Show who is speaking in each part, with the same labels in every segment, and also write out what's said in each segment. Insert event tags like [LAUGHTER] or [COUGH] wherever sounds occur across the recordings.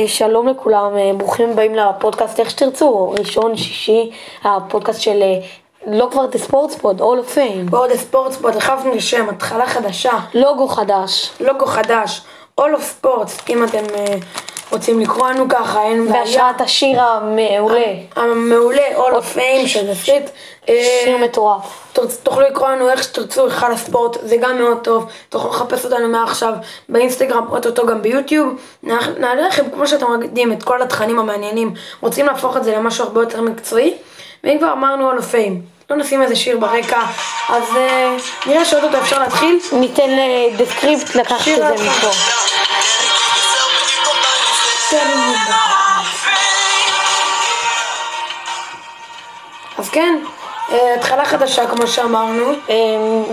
Speaker 1: אה, שלום לכולם, אה, ברוכים הבאים לפודקאסט איך שתרצו, ראשון, שישי, הפודקאסט של לא כבר דה ספורטספוד, All of Fame.
Speaker 2: בואו דה ספורטספוד, החלפנו לי שם, התחלה חדשה,
Speaker 1: לוגו חדש.
Speaker 2: לוגו חדש, All of Sports, אם אתם אה, רוצים לקרוא לנו ככה, אין בעיה.
Speaker 1: בהשראת השיר המעולה,
Speaker 2: המעולה, All of Fame של נסית. אה,
Speaker 1: שיר מטורף.
Speaker 2: תרצ- תוכלו לקרוא לנו איך שתרצו, היכל הספורט, זה גם מאוד טוב. תוכלו לחפש אותנו מעכשיו באינסטגרם, אוטוטו גם ביוטיוב. נע- נעלה לכם, כמו שאתם יודעים, את כל התכנים המעניינים. רוצים להפוך את זה למשהו הרבה יותר מקצועי? ואם כבר אמרנו על הפיים, לא נשים איזה שיר ברקע, אז אה, נראה שאוטוטו אפשר להתחיל.
Speaker 1: ניתן לדסקריפט לקחת
Speaker 2: שיר
Speaker 1: את
Speaker 2: אחד.
Speaker 1: זה מפה.
Speaker 2: אז כן, אה, התחלה חדשה כמו שאמרנו.
Speaker 1: אמ,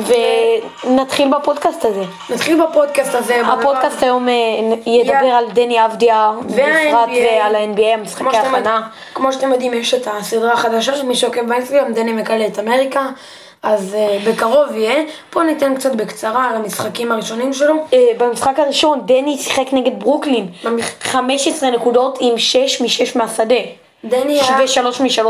Speaker 1: ונתחיל בפודקאסט הזה.
Speaker 2: נתחיל בפודקאסט הזה. בדבר-
Speaker 1: הפודקאסט היום אה, ידבר
Speaker 2: יא.
Speaker 1: על דני אבדיה, בפרט אה,
Speaker 2: וה-NBA.
Speaker 1: ועל ה-NBA,
Speaker 2: כמו
Speaker 1: משחקי
Speaker 2: שאתם,
Speaker 1: הכנה.
Speaker 2: כמו שאתם יודעים, יש את הסדרה החדשה של מי שעוקב באינסטגרם, דני מקלל את אמריקה, אז uh, בקרוב יהיה. פה ניתן קצת בקצרה על המשחקים הראשונים שלו.
Speaker 1: אה, במשחק הראשון דני שיחק נגד ברוקלין,
Speaker 2: במש-
Speaker 1: 15 נקודות עם 6 מ-6 מהשדה,
Speaker 2: דני היה,
Speaker 1: ו-3 מ-3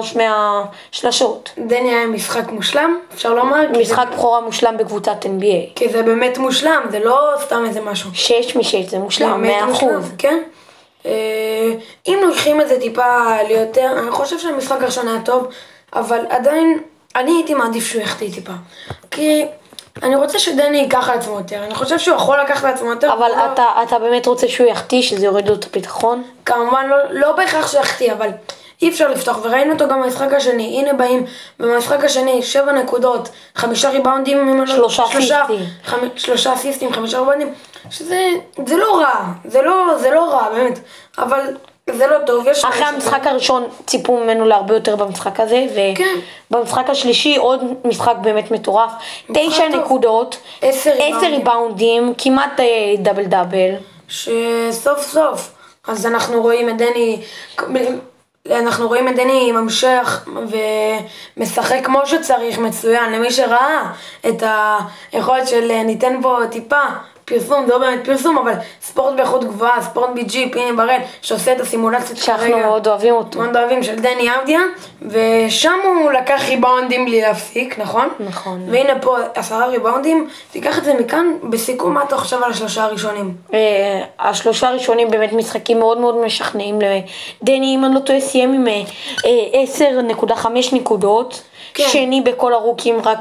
Speaker 1: מהשלשות.
Speaker 2: דני היה משחק מושלם, אפשר לומר, כי זה,
Speaker 1: משחק בכורה מושלם בקבוצת NBA.
Speaker 2: כי זה באמת מושלם, זה לא סתם איזה משהו.
Speaker 1: 6 מ-6 זה מושלם,
Speaker 2: באמת
Speaker 1: 100%.
Speaker 2: מושלם, כן. אה, אם לוקחים את זה טיפה ליותר, אני חושב שהמשחק הראשון היה טוב, אבל עדיין, אני הייתי מעדיף שהוא יחטיא טיפה. כי אני רוצה שדני ייקח על עצמו יותר, אני חושב שהוא יכול לקחת על עצמו יותר.
Speaker 1: אבל
Speaker 2: הוא לא-
Speaker 1: אתה, אתה באמת רוצה שהוא יחטיא, שזה יוריד לו את הביטחון?
Speaker 2: כמובן לא, לא בהכרח שיחטיא, אבל אי אפשר לפתוח, וראינו אותו גם במשחק השני, הנה באים, במשחק השני, שבע נקודות, חמישה ריבאונדים, אם אני לא-
Speaker 1: שלושה אסיסטים.
Speaker 2: חמ, שלושה אסיסטים, חמישה ריבאונדים, שזה, זה לא רע, זה לא, זה לא רע, באמת, אבל זה לא טוב, יש...
Speaker 1: אחרי המשחק הראשון ציפו ממנו להרבה יותר במשחק הזה,
Speaker 2: כן.
Speaker 1: ובמשחק השלישי עוד משחק באמת מטורף. תשע
Speaker 2: טוב.
Speaker 1: נקודות,
Speaker 2: עשר
Speaker 1: עשר
Speaker 2: ריבאונדים.
Speaker 1: ריבאונדים, כמעט אה, דאבל דאבל.
Speaker 2: שסוף סוף, אז אנחנו רואים את דני, אנחנו רואים את דני ממשיך ומשחק כמו שצריך, מצוין, למי שראה את היכולת של אה, ניתן פה טיפה. פרסום, זה לא באמת פרסום, אבל ספורט באיכות גבוהה, ספורט בי.ג'י, פיני בראל, שעושה את הסימולציות
Speaker 1: שאנחנו מאוד אוהבים אותו.
Speaker 2: מאוד אוהבים, של דני אבדיה, ושם הוא לקח ריבאונדים בלי להפסיק, נכון?
Speaker 1: נכון.
Speaker 2: והנה פה עשרה ריבאונדים, תיקח את זה מכאן, בסיכום מה אתה חושב על השלושה הראשונים?
Speaker 1: אה, השלושה הראשונים באמת משחקים מאוד מאוד משכנעים. דני, אם אני לא טועה, סיים עם אה, אה, 10.5 נקודות.
Speaker 2: כן.
Speaker 1: שני בכל הרוקים רק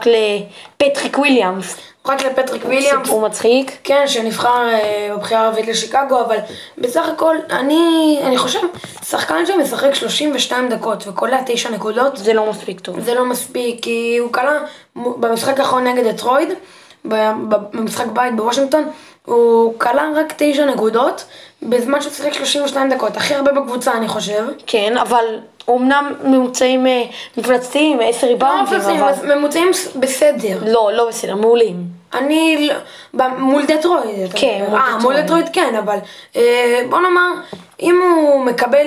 Speaker 1: לפטריק וויליאמס.
Speaker 2: רק לפטריק וויליאמס,
Speaker 1: סיפור מצחיק.
Speaker 2: כן, שנבחר אה, בבחירה הרביעית לשיקגו, אבל בסך הכל, אני, אני חושב, שחקן שמשחק 32 דקות וקולע 9 נקודות,
Speaker 1: זה לא מספיק טוב.
Speaker 2: זה לא מספיק, כי הוא כלה מ- במשחק האחרון נגד דטרויד, ב- ב- במשחק בית בוושינגטון, הוא כלה רק 9 נקודות, בזמן שהוא שיחק 32 דקות, הכי הרבה בקבוצה, אני חושב.
Speaker 1: כן, אבל אמנם ממוצעים אה, מפלצתיים, 10
Speaker 2: לא
Speaker 1: ריבאונדים,
Speaker 2: מפלצים,
Speaker 1: אבל...
Speaker 2: ממוצעים ס- בסדר.
Speaker 1: לא, לא בסדר, מעולים.
Speaker 2: אני, לא- ב- מול דטרויד. אתה
Speaker 1: כן,
Speaker 2: מדבר.
Speaker 1: מול
Speaker 2: אה, מול
Speaker 1: דטרויד.
Speaker 2: דטרויד כן, אבל אה, בוא נאמר, אם הוא מקבל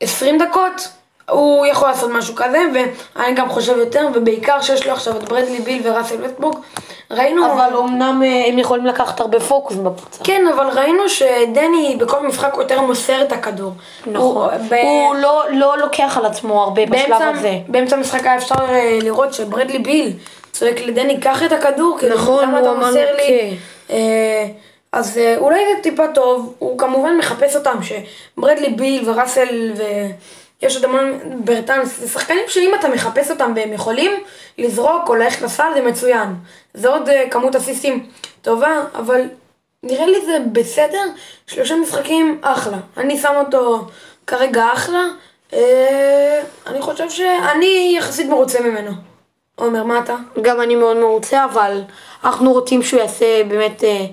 Speaker 2: 20 דקות, הוא יכול לעשות משהו כזה, ואני גם חושב יותר, ובעיקר שיש לו עכשיו את ברדלי ביל וראסל וטבורג, ראינו...
Speaker 1: אבל אמנם אה, הם יכולים לקחת הרבה פוקוס בקבוצה.
Speaker 2: כן, אבל ראינו שדני בכל משחק הוא יותר מוסר את הכדור.
Speaker 1: נכון.
Speaker 2: ב-
Speaker 1: הוא לא- לא לוקח על עצמו הרבה בשלב
Speaker 2: באמצע,
Speaker 1: הזה.
Speaker 2: באמצע המשחק היה אפשר אה, לראות שברדלי ביל צועק לדני, קח את הכדור, כאילו,
Speaker 1: נכון,
Speaker 2: למה
Speaker 1: הוא
Speaker 2: אתה
Speaker 1: אמר
Speaker 2: מוסר
Speaker 1: לו,
Speaker 2: לי? אה, אז אה, אולי זה טיפה טוב, הוא כמובן מחפש אותם, שברדלי ביל וראסל ו... יש עוד המון ברטנס, זה שחקנים שאם אתה מחפש אותם והם יכולים לזרוק או ללכת לסל זה מצוין. זה עוד אה, כמות אסיסים טובה, אבל נראה לי זה בסדר, שלושה משחקים אחלה. אני שם אותו כרגע אחלה, אה, אני חושב שאני יחסית מרוצה ממנו. עומר, מה אתה?
Speaker 1: גם אני מאוד מרוצה, אבל אנחנו רוצים שהוא יעשה באמת אה,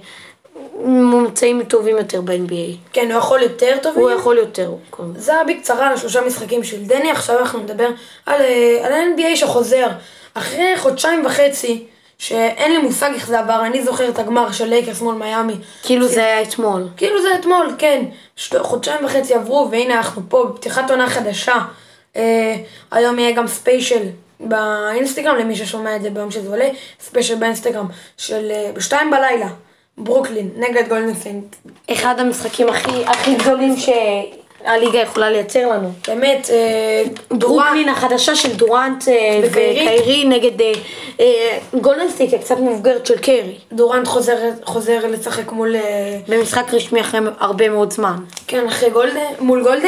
Speaker 1: ממצאים טובים יותר ב-NBA.
Speaker 2: כן, הוא יכול יותר טוב.
Speaker 1: הוא
Speaker 2: ממנו?
Speaker 1: יכול יותר. קודם.
Speaker 2: זה היה בקצרה על השלושה משחקים של דני, עכשיו אנחנו נדבר על, אה, על ה-NBA שחוזר. אחרי חודשיים וחצי, שאין לי מושג איך זה עבר, אני זוכר את הגמר של לייקרס מול מיאמי.
Speaker 1: כאילו זה היה אתמול.
Speaker 2: כאילו זה אתמול, כן. שת- חודשיים וחצי עברו, והנה אנחנו פה, בפתיחת עונה חדשה. אה, היום יהיה גם ספיישל באינסטגרם, למי ששומע את זה ביום שזה עולה, ספיישל באינסטגרם, של אה, בשתיים בלילה. ברוקלין, נגד גולדן סטייט.
Speaker 1: אחד המשחקים הכי, הכי גדולים שהליגה יכולה לייצר לנו.
Speaker 2: באמת, אה, דורן,
Speaker 1: ברוקלין החדשה של דורנט אה,
Speaker 2: וקיירי.
Speaker 1: וקיירי נגד אה, גולדנסטיק הקצת מבוגרת של קיירי.
Speaker 2: דורן חוזר, חוזר לשחק מול, אה,
Speaker 1: במשחק רשמי אחרי הרבה מאוד זמן.
Speaker 2: כן, אחרי גולדן, מול גולדן,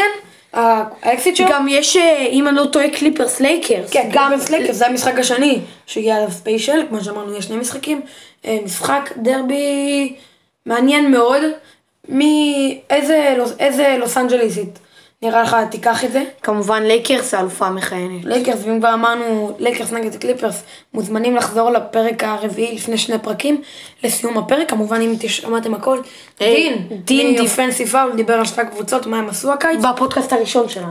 Speaker 2: ה- האקסיט שלו.
Speaker 1: גם יש, אה, אם אני לא טועה, קליפרס לייקרס.
Speaker 2: כן,
Speaker 1: גם-
Speaker 2: גם סלקר, זה המשחק השני שהגיע אליו ספיישל, כמו שאמרנו, יש שני משחקים. אה, משחק דרבי מעניין מאוד. מאיזה לוס, איזה לוס אנג'ליסית נראה לך תיקח את זה?
Speaker 1: כמובן לייקרס האלופה המכהנת.
Speaker 2: לייקרס, ואם כבר אמרנו לייקרס נגד קליפרס, מוזמנים לחזור לפרק הרביעי לפני שני פרקים, לסיום הפרק, כמובן אם שמעתם הכל.
Speaker 1: אה,
Speaker 2: דין,
Speaker 1: דין
Speaker 2: דין
Speaker 1: דיפ-
Speaker 2: דיפנסיב פאול דיבר על שתי הקבוצות, מה הם עשו הקיץ,
Speaker 1: בפודקאסט הראשון שלנו.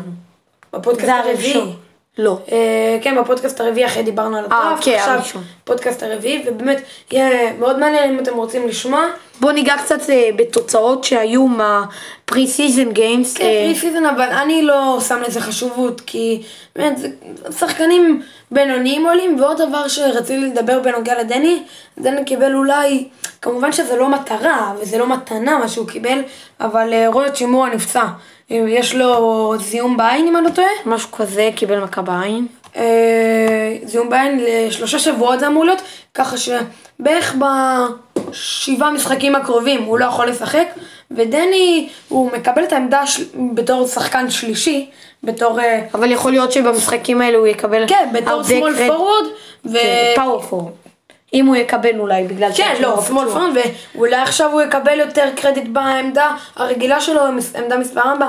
Speaker 2: בפודקאסט
Speaker 1: זה
Speaker 2: הרביעי.
Speaker 1: הרביעי. לא.
Speaker 2: אה, כן, בפודקאסט הרביעי אחרי דיברנו על הטראפט,
Speaker 1: כן,
Speaker 2: עכשיו
Speaker 1: הראשון.
Speaker 2: פודקאסט הרביעי, ובאמת יהיה מאוד מעניין אם אתם רוצים לשמוע.
Speaker 1: בואו ניגע קצת אה, בתוצאות שהיו מהפרי סיזן גיימס.
Speaker 2: כן, פרי סיזן, אבל אני לא שם לזה חשיבות, כי באמת, זה- שחקנים בינוניים עולים, ועוד דבר שרציתי לדבר בנוגע לדני, דני קיבל אולי, כמובן שזה לא מטרה, וזה לא מתנה מה שהוא קיבל, אבל אה, רוני שימוע נפצע. אה, יש לו זיהום בעין אם אני לא טועה?
Speaker 1: משהו כזה, קיבל מכה בעין.
Speaker 2: אה, זיהום בעין לשלושה שבועות זה אמור להיות, ככה שבערך בשבעה משחקים הקרובים הוא לא יכול לשחק, ודני הוא מקבל את העמדה של... בתור שחקן שלישי, בתור, אה,
Speaker 1: אבל יכול להיות שבמשחקים האלו הוא יקבל
Speaker 2: כן, בתור
Speaker 1: הרבה
Speaker 2: שמאל
Speaker 1: קרדיט.
Speaker 2: פורוורד, ו...
Speaker 1: פאוור פורד. אם הוא יקבל אולי בגלל
Speaker 2: כן,
Speaker 1: שהוא
Speaker 2: לא,
Speaker 1: פצוע.
Speaker 2: שמאל פרונט, ואולי עכשיו הוא יקבל יותר קרדיט בעמדה הרגילה שלו, עמדה מספר 4,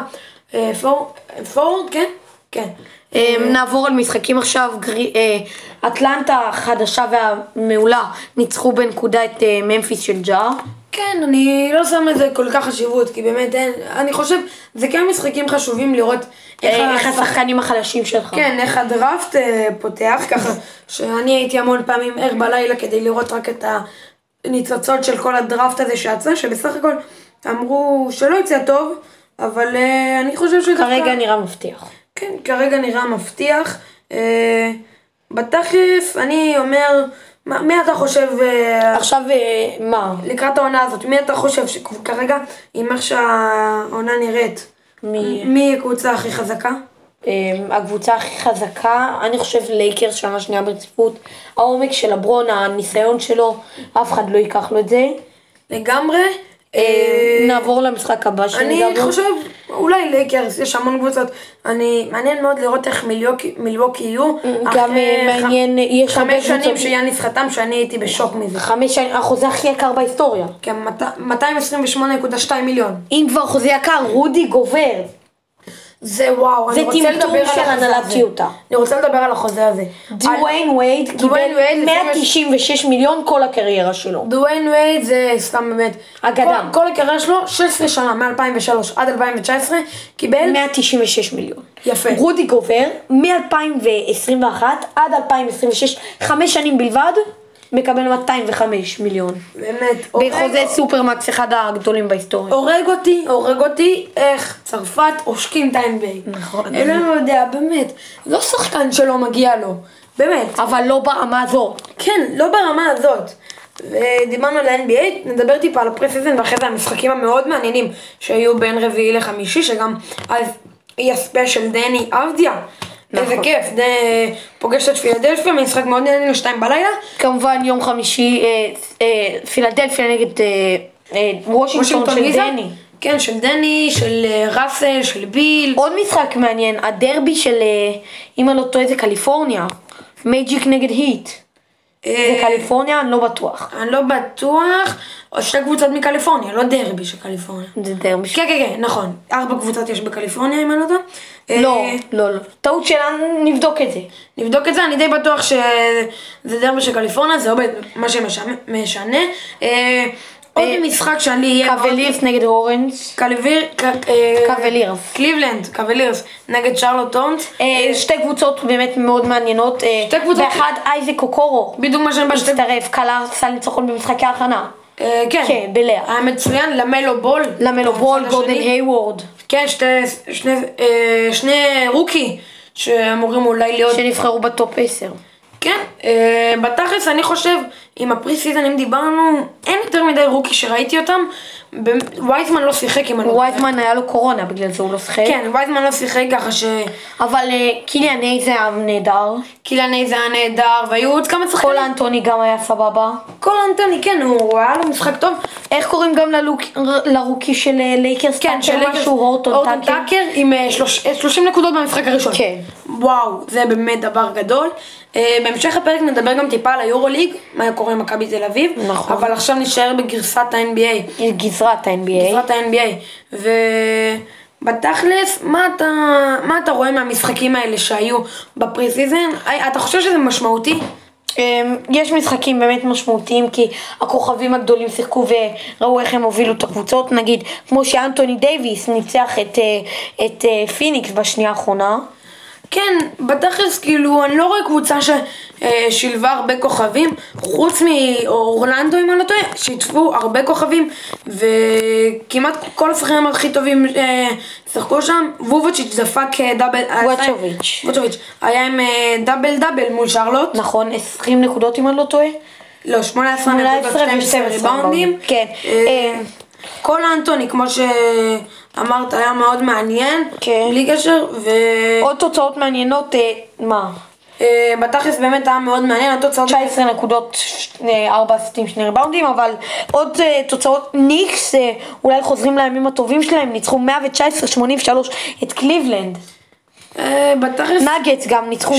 Speaker 2: פורוורד, כן? כן.
Speaker 1: אה, נעבור על משחקים עכשיו, גרי- אה, אטלנטה החדשה והמעולה ניצחו בנקודה את אה, ממפיס של ג'אר.
Speaker 2: כן, אני לא שם לזה כל כך חשיבות, כי באמת אין, אני חושב, זה כן משחקים חשובים לראות
Speaker 1: אה, איך
Speaker 2: השחק-
Speaker 1: השחקנים החלשים שלך.
Speaker 2: כן, איך הדראפט אה, פותח, ככה שאני הייתי המון פעמים ער בלילה כדי לראות רק את הניצוצות של כל הדראפט הזה שיצא, שבסך הכל אמרו שלא יצא טוב, אבל אה, אני חושב שדווקא...
Speaker 1: כרגע נראה מבטיח.
Speaker 2: כן, כרגע נראה מבטיח. אה, בתכלס, אני אומר, מה- מי אתה חושב... אה,
Speaker 1: עכשיו אה, מה?
Speaker 2: לקראת העונה הזאת, מי אתה חושב שכרגע, עם איך שהעונה נראית,
Speaker 1: מי?
Speaker 2: מי הקבוצה הכי חזקה?
Speaker 1: אה, הקבוצה הכי חזקה, אני חושב לייקרס שנה שנייה ברציפות. העומק של הברון, הניסיון שלו, אף אחד לא ייקח לו את זה.
Speaker 2: לגמרי.
Speaker 1: אה,
Speaker 2: אה,
Speaker 1: נעבור למשחק הבא
Speaker 2: אני
Speaker 1: שניגע בו.
Speaker 2: חושב, אולי לייקרס, יש המון קבוצות. אני, מעניין מאוד לראות איך מיליוקי- מילווקי יהיו.
Speaker 1: גם
Speaker 2: אחרי
Speaker 1: אה,
Speaker 2: ח-
Speaker 1: מעניין, יש הרבה
Speaker 2: חמש שנים
Speaker 1: קבוצות.
Speaker 2: שיאניס חתם, שאני הייתי בשוק מזה.
Speaker 1: חמש שנים, החוזה הכי יקר בהיסטוריה.
Speaker 2: כן, מאתיים- 228.2 מיליון.
Speaker 1: אם כבר חוזה יקר, רודי גובר.
Speaker 2: זה וואו,
Speaker 1: זה
Speaker 2: אני רוצה
Speaker 1: טמטום
Speaker 2: לדבר על
Speaker 1: של
Speaker 2: החוזה הזה.
Speaker 1: הנהלת יוטה.
Speaker 2: אני רוצה לדבר על החוזה הזה. על-
Speaker 1: דוויין וייד
Speaker 2: דוויין וייד
Speaker 1: קיבל
Speaker 2: לפי מה ש-
Speaker 1: 196 מיליון כל הקריירה שלו.
Speaker 2: דוויין וייד זה סתם באמת.
Speaker 1: אגדה.
Speaker 2: כל, כל הקריירה שלו, 16 שנה, מ-2003 עד 2019, קיבל
Speaker 1: 196 מיליון.
Speaker 2: יפה.
Speaker 1: רודי גובר, מ-2021 עד 2026, חמש שנים בלבד, מקבל 205 מיליון.
Speaker 2: באמת, הורג-
Speaker 1: בחוזה סופרמקס אחד הגדולים בהיסטוריה.
Speaker 2: הורג אותי, הורג אותי, איך צרפת עושקים את ה-NBA.
Speaker 1: נכון.
Speaker 2: אני לא יודע, באמת, לא שחקן שלא מגיע לו, באמת.
Speaker 1: אבל לא ברמה הזאת.
Speaker 2: כן, לא ברמה הזאת. ודיברנו על ה-NBA, נדבר טיפה על הפרי-סיזן ואחרי זה המשחקים המאוד מעניינים שהיו בין רביעי לחמישי, שגם אז יהיה ספיישל דני אבדיה. איזה
Speaker 1: נכון.
Speaker 2: כיף, ד... פוגש את פילדלפיה, משחק מאוד מעניין לשתיים בלילה.
Speaker 1: כמובן יום חמישי, אה, אה, פילדלפיה נגד אה, אה, וושינגטון של
Speaker 2: ויזה.
Speaker 1: דני.
Speaker 2: כן, של דני, של אה, ראסל, של ביל.
Speaker 1: עוד משחק מעניין, הדרבי של, אה, אם אני לא טועה זה קליפורניה. מייג'יק נגד היט. זה
Speaker 2: אה,
Speaker 1: קליפורניה? אני לא בטוח.
Speaker 2: אני לא בטוח, או שתי קבוצות מקליפורניה, לא דרבי של קליפורניה.
Speaker 1: זה דרבי של...
Speaker 2: כן, כן, כן, נכון. ארבע קבוצות יש בקליפורניה, אם אני לא טועה.
Speaker 1: לא,
Speaker 2: אה,
Speaker 1: לא, לא. טעות שלנו, נבדוק את זה.
Speaker 2: נבדוק את זה, אני די בטוח שזה דרבי של קליפורניה, זה עובד מה שמשנה. אה, עוד משחק שאני אהיה... מאוד-
Speaker 1: קוולירס נגד הורנס.
Speaker 2: קליביר... ק- אה,
Speaker 1: קוולירס.
Speaker 2: קליבלנד, קוולירס, נגד שרלוט הונס.
Speaker 1: אה, שתי קבוצות באמת מאוד מעניינות. אה,
Speaker 2: שתי קבוצות-
Speaker 1: באחד אייזק קוקורו
Speaker 2: בדיוק מה שאני בא שתי...
Speaker 1: מצטרף, קלה סל ניצחון במשחקי ההכנה.
Speaker 2: אה, כן.
Speaker 1: כן, בלאה.
Speaker 2: היה מצוין, למלו בול.
Speaker 1: למלו לא בול,
Speaker 2: השני.
Speaker 1: גורדן הייוורד,
Speaker 2: כן, שתי... שני... אה, שני רוקי, שאמורים אולי להיות...
Speaker 1: שנבחרו בטופ 10.
Speaker 2: כן, כן, אה, בתכלס אני חושב, עם הפרי סיזן, אם דיברנו, אין יותר מדי רוקי שראיתי אותם. באמת, וייזמן לא שיחק אם אני... לא טועה.
Speaker 1: וייטמן היה לו קורונה בגלל זה הוא לא שיחק.
Speaker 2: כן, וייזמן לא שיחק ככה שקיליאן
Speaker 1: אבל אה, קיליאן איי זה היה נהדר.
Speaker 2: איזה היה נהדר, והיו עוד כמה שחקנים.
Speaker 1: קול אנטוני גם היה סבבה.
Speaker 2: כל אנטוני, כן, הוא היה לו משחק טוב.
Speaker 1: איך קוראים גם ללוק- לרוקי של אה, לייקרס?
Speaker 2: כן, של לייקרס-
Speaker 1: משהו הורטון טאקר.
Speaker 2: טאקר עם אה, שלוש- אה, 30 נקודות במשחק הראשון.
Speaker 1: כן.
Speaker 2: וואו, זה באמת דבר גדול. אה, בהמשך הפרק נדבר גם טיפה על היורוליג, מה קורה עם מכבי תל אביב.
Speaker 1: נכון.
Speaker 2: אבל עכשיו נישאר בגרסת ה-NBA.
Speaker 1: גזרת ה-NBA.
Speaker 2: בעזרת ה-NBA. ובתכלס, מה אתה, מה אתה רואה מהמשחקים האלה שהיו בפרי סיזן? היי, אתה חושב שזה משמעותי?
Speaker 1: אמ, יש משחקים באמת משמעותיים כי הכוכבים הגדולים שיחקו וראו איך הם הובילו את הקבוצות נגיד כמו שאנטוני דייוויס ניצח את, אה, את אה, פיניקס בשנייה האחרונה
Speaker 2: כן, בתכלס, כאילו, אני לא רואה קבוצה ששילבה הרבה כוכבים, חוץ מאורלנדו, אם אני לא טועה, שיתפו הרבה כוכבים, וכמעט כל השחקנים הכי טובים אה, שיחקו שם. וובוביץ' דפק אה, דאבל...
Speaker 1: ווצ'וביץ'.
Speaker 2: ווצ'וביץ'. היה עם אה, דאבל דאבל מול שרלוט.
Speaker 1: נכון 20 נקודות אם אני לא טועה
Speaker 2: לא, 18 נקודות,
Speaker 1: 18
Speaker 2: 12
Speaker 1: ו-12
Speaker 2: ריבאונדים.
Speaker 1: כן.
Speaker 2: אה, כל האנטוני, כמו שאמרת, היה מאוד מעניין.
Speaker 1: כן.
Speaker 2: בלי קשר, ו...
Speaker 1: עוד תוצאות מעניינות אה, מה
Speaker 2: אה, בתכלס באמת היה מאוד מעניין, התוצאות...
Speaker 1: 19 נקודות 4 סטים שני ריבאונדים אבל עוד אה, תוצאות ניקס אה, אולי חוזרים לימים הטובים שלהם ניצחו 119-83 את קליבלנד
Speaker 2: אה, בתכלס...
Speaker 1: נגטס גם ניצחו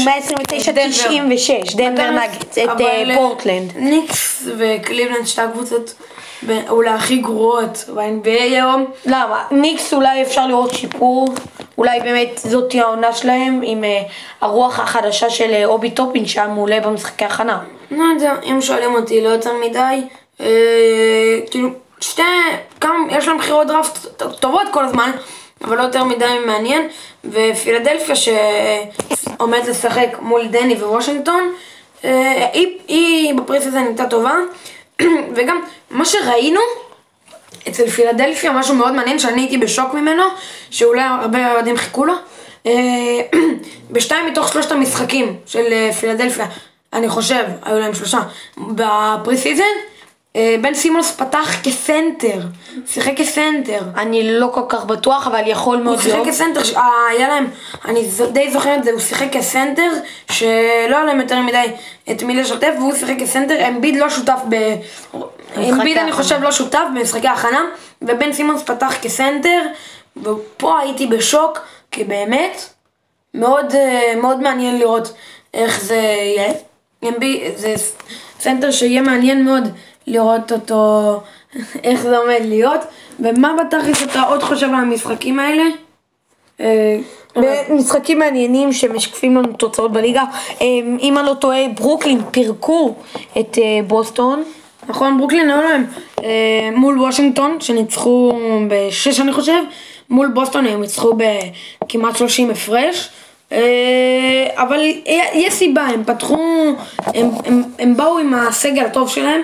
Speaker 1: 129-96, דנבר
Speaker 2: בתכלס,
Speaker 1: נגטס, את אה,
Speaker 2: אבל, אה,
Speaker 1: פורטלנד.
Speaker 2: ניקס וקליבלנד, שתי הקבוצות ב- אולי הכי גרועות ב-NBA היום.
Speaker 1: למה? ניקס אולי אפשר לראות שיפור, אולי באמת זאת תהיה העונה שלהם עם אה, הרוח החדשה של אה, אובי טופין שהיה מעולה במשחקי הכנה.
Speaker 2: לא יודע, אם שואלים אותי, לא יותר מדי. אה, כאילו, שתי... כמה... יש להם בחירות דראפט ט- טובות כל הזמן, אבל לא יותר מדי מעניין. ופילדלפיה שעומד לשחק מול דני ווושינגטון, אה, היא, היא בפריס הזה נהייתה טובה. [CLEARS THROAT] וגם, מה שראינו... אצל פילדלפיה משהו מאוד מעניין שאני הייתי בשוק ממנו, שאולי הרבה אוהדים חיכו לו. אה, [CLEARS THROAT] בשתיים מתוך שלושת המשחקים של אה, פילדלפיה, אני חושב, היו להם שלושה, בפרי סיזן, אה, בן סימונס פתח כסנטר, שיחק כסנטר.
Speaker 1: אני לא כל כך בטוח, אבל יכול מאוד
Speaker 2: הוא שיחק
Speaker 1: להיות.
Speaker 2: כסנטר, ש- אה, היה להם, אני ז- די זוכרת את זה, הוא שיחק כסנטר, שלא היה להם יותר מדי את מי לשתף, והוא שיחק כסנטר, אמביד לא שותף ב... אמביד אני
Speaker 1: ההכנה.
Speaker 2: חושב לא שותף במשחקי ההכנה, ובן סימונס פתח כסנטר, ופה הייתי בשוק, כי באמת, מאוד, אה, מאוד מעניין לראות איך זה יהיה. אמבי- זה ס- סנטר שיהיה מעניין מאוד לראות אותו, [LAUGHS] איך זה עומד להיות. ומה בתכלס אתה עוד חושב על המשחקים האלה? אה,
Speaker 1: משחקים מעניינים שמשקפים לנו תוצאות בליגה. אה, אם אני לא טועה, ברוקלין פירקו את אה, בוסטון.
Speaker 2: נכון, ברוקלין היו להם אה, מול וושינגטון, שניצחו בשש אני חושב, מול בוסטון הם ניצחו בכמעט 30 הפרש. אה, אבל יה- יש סיבה, הם פתחו, הם, הם, הם באו עם הסגל הטוב שלהם,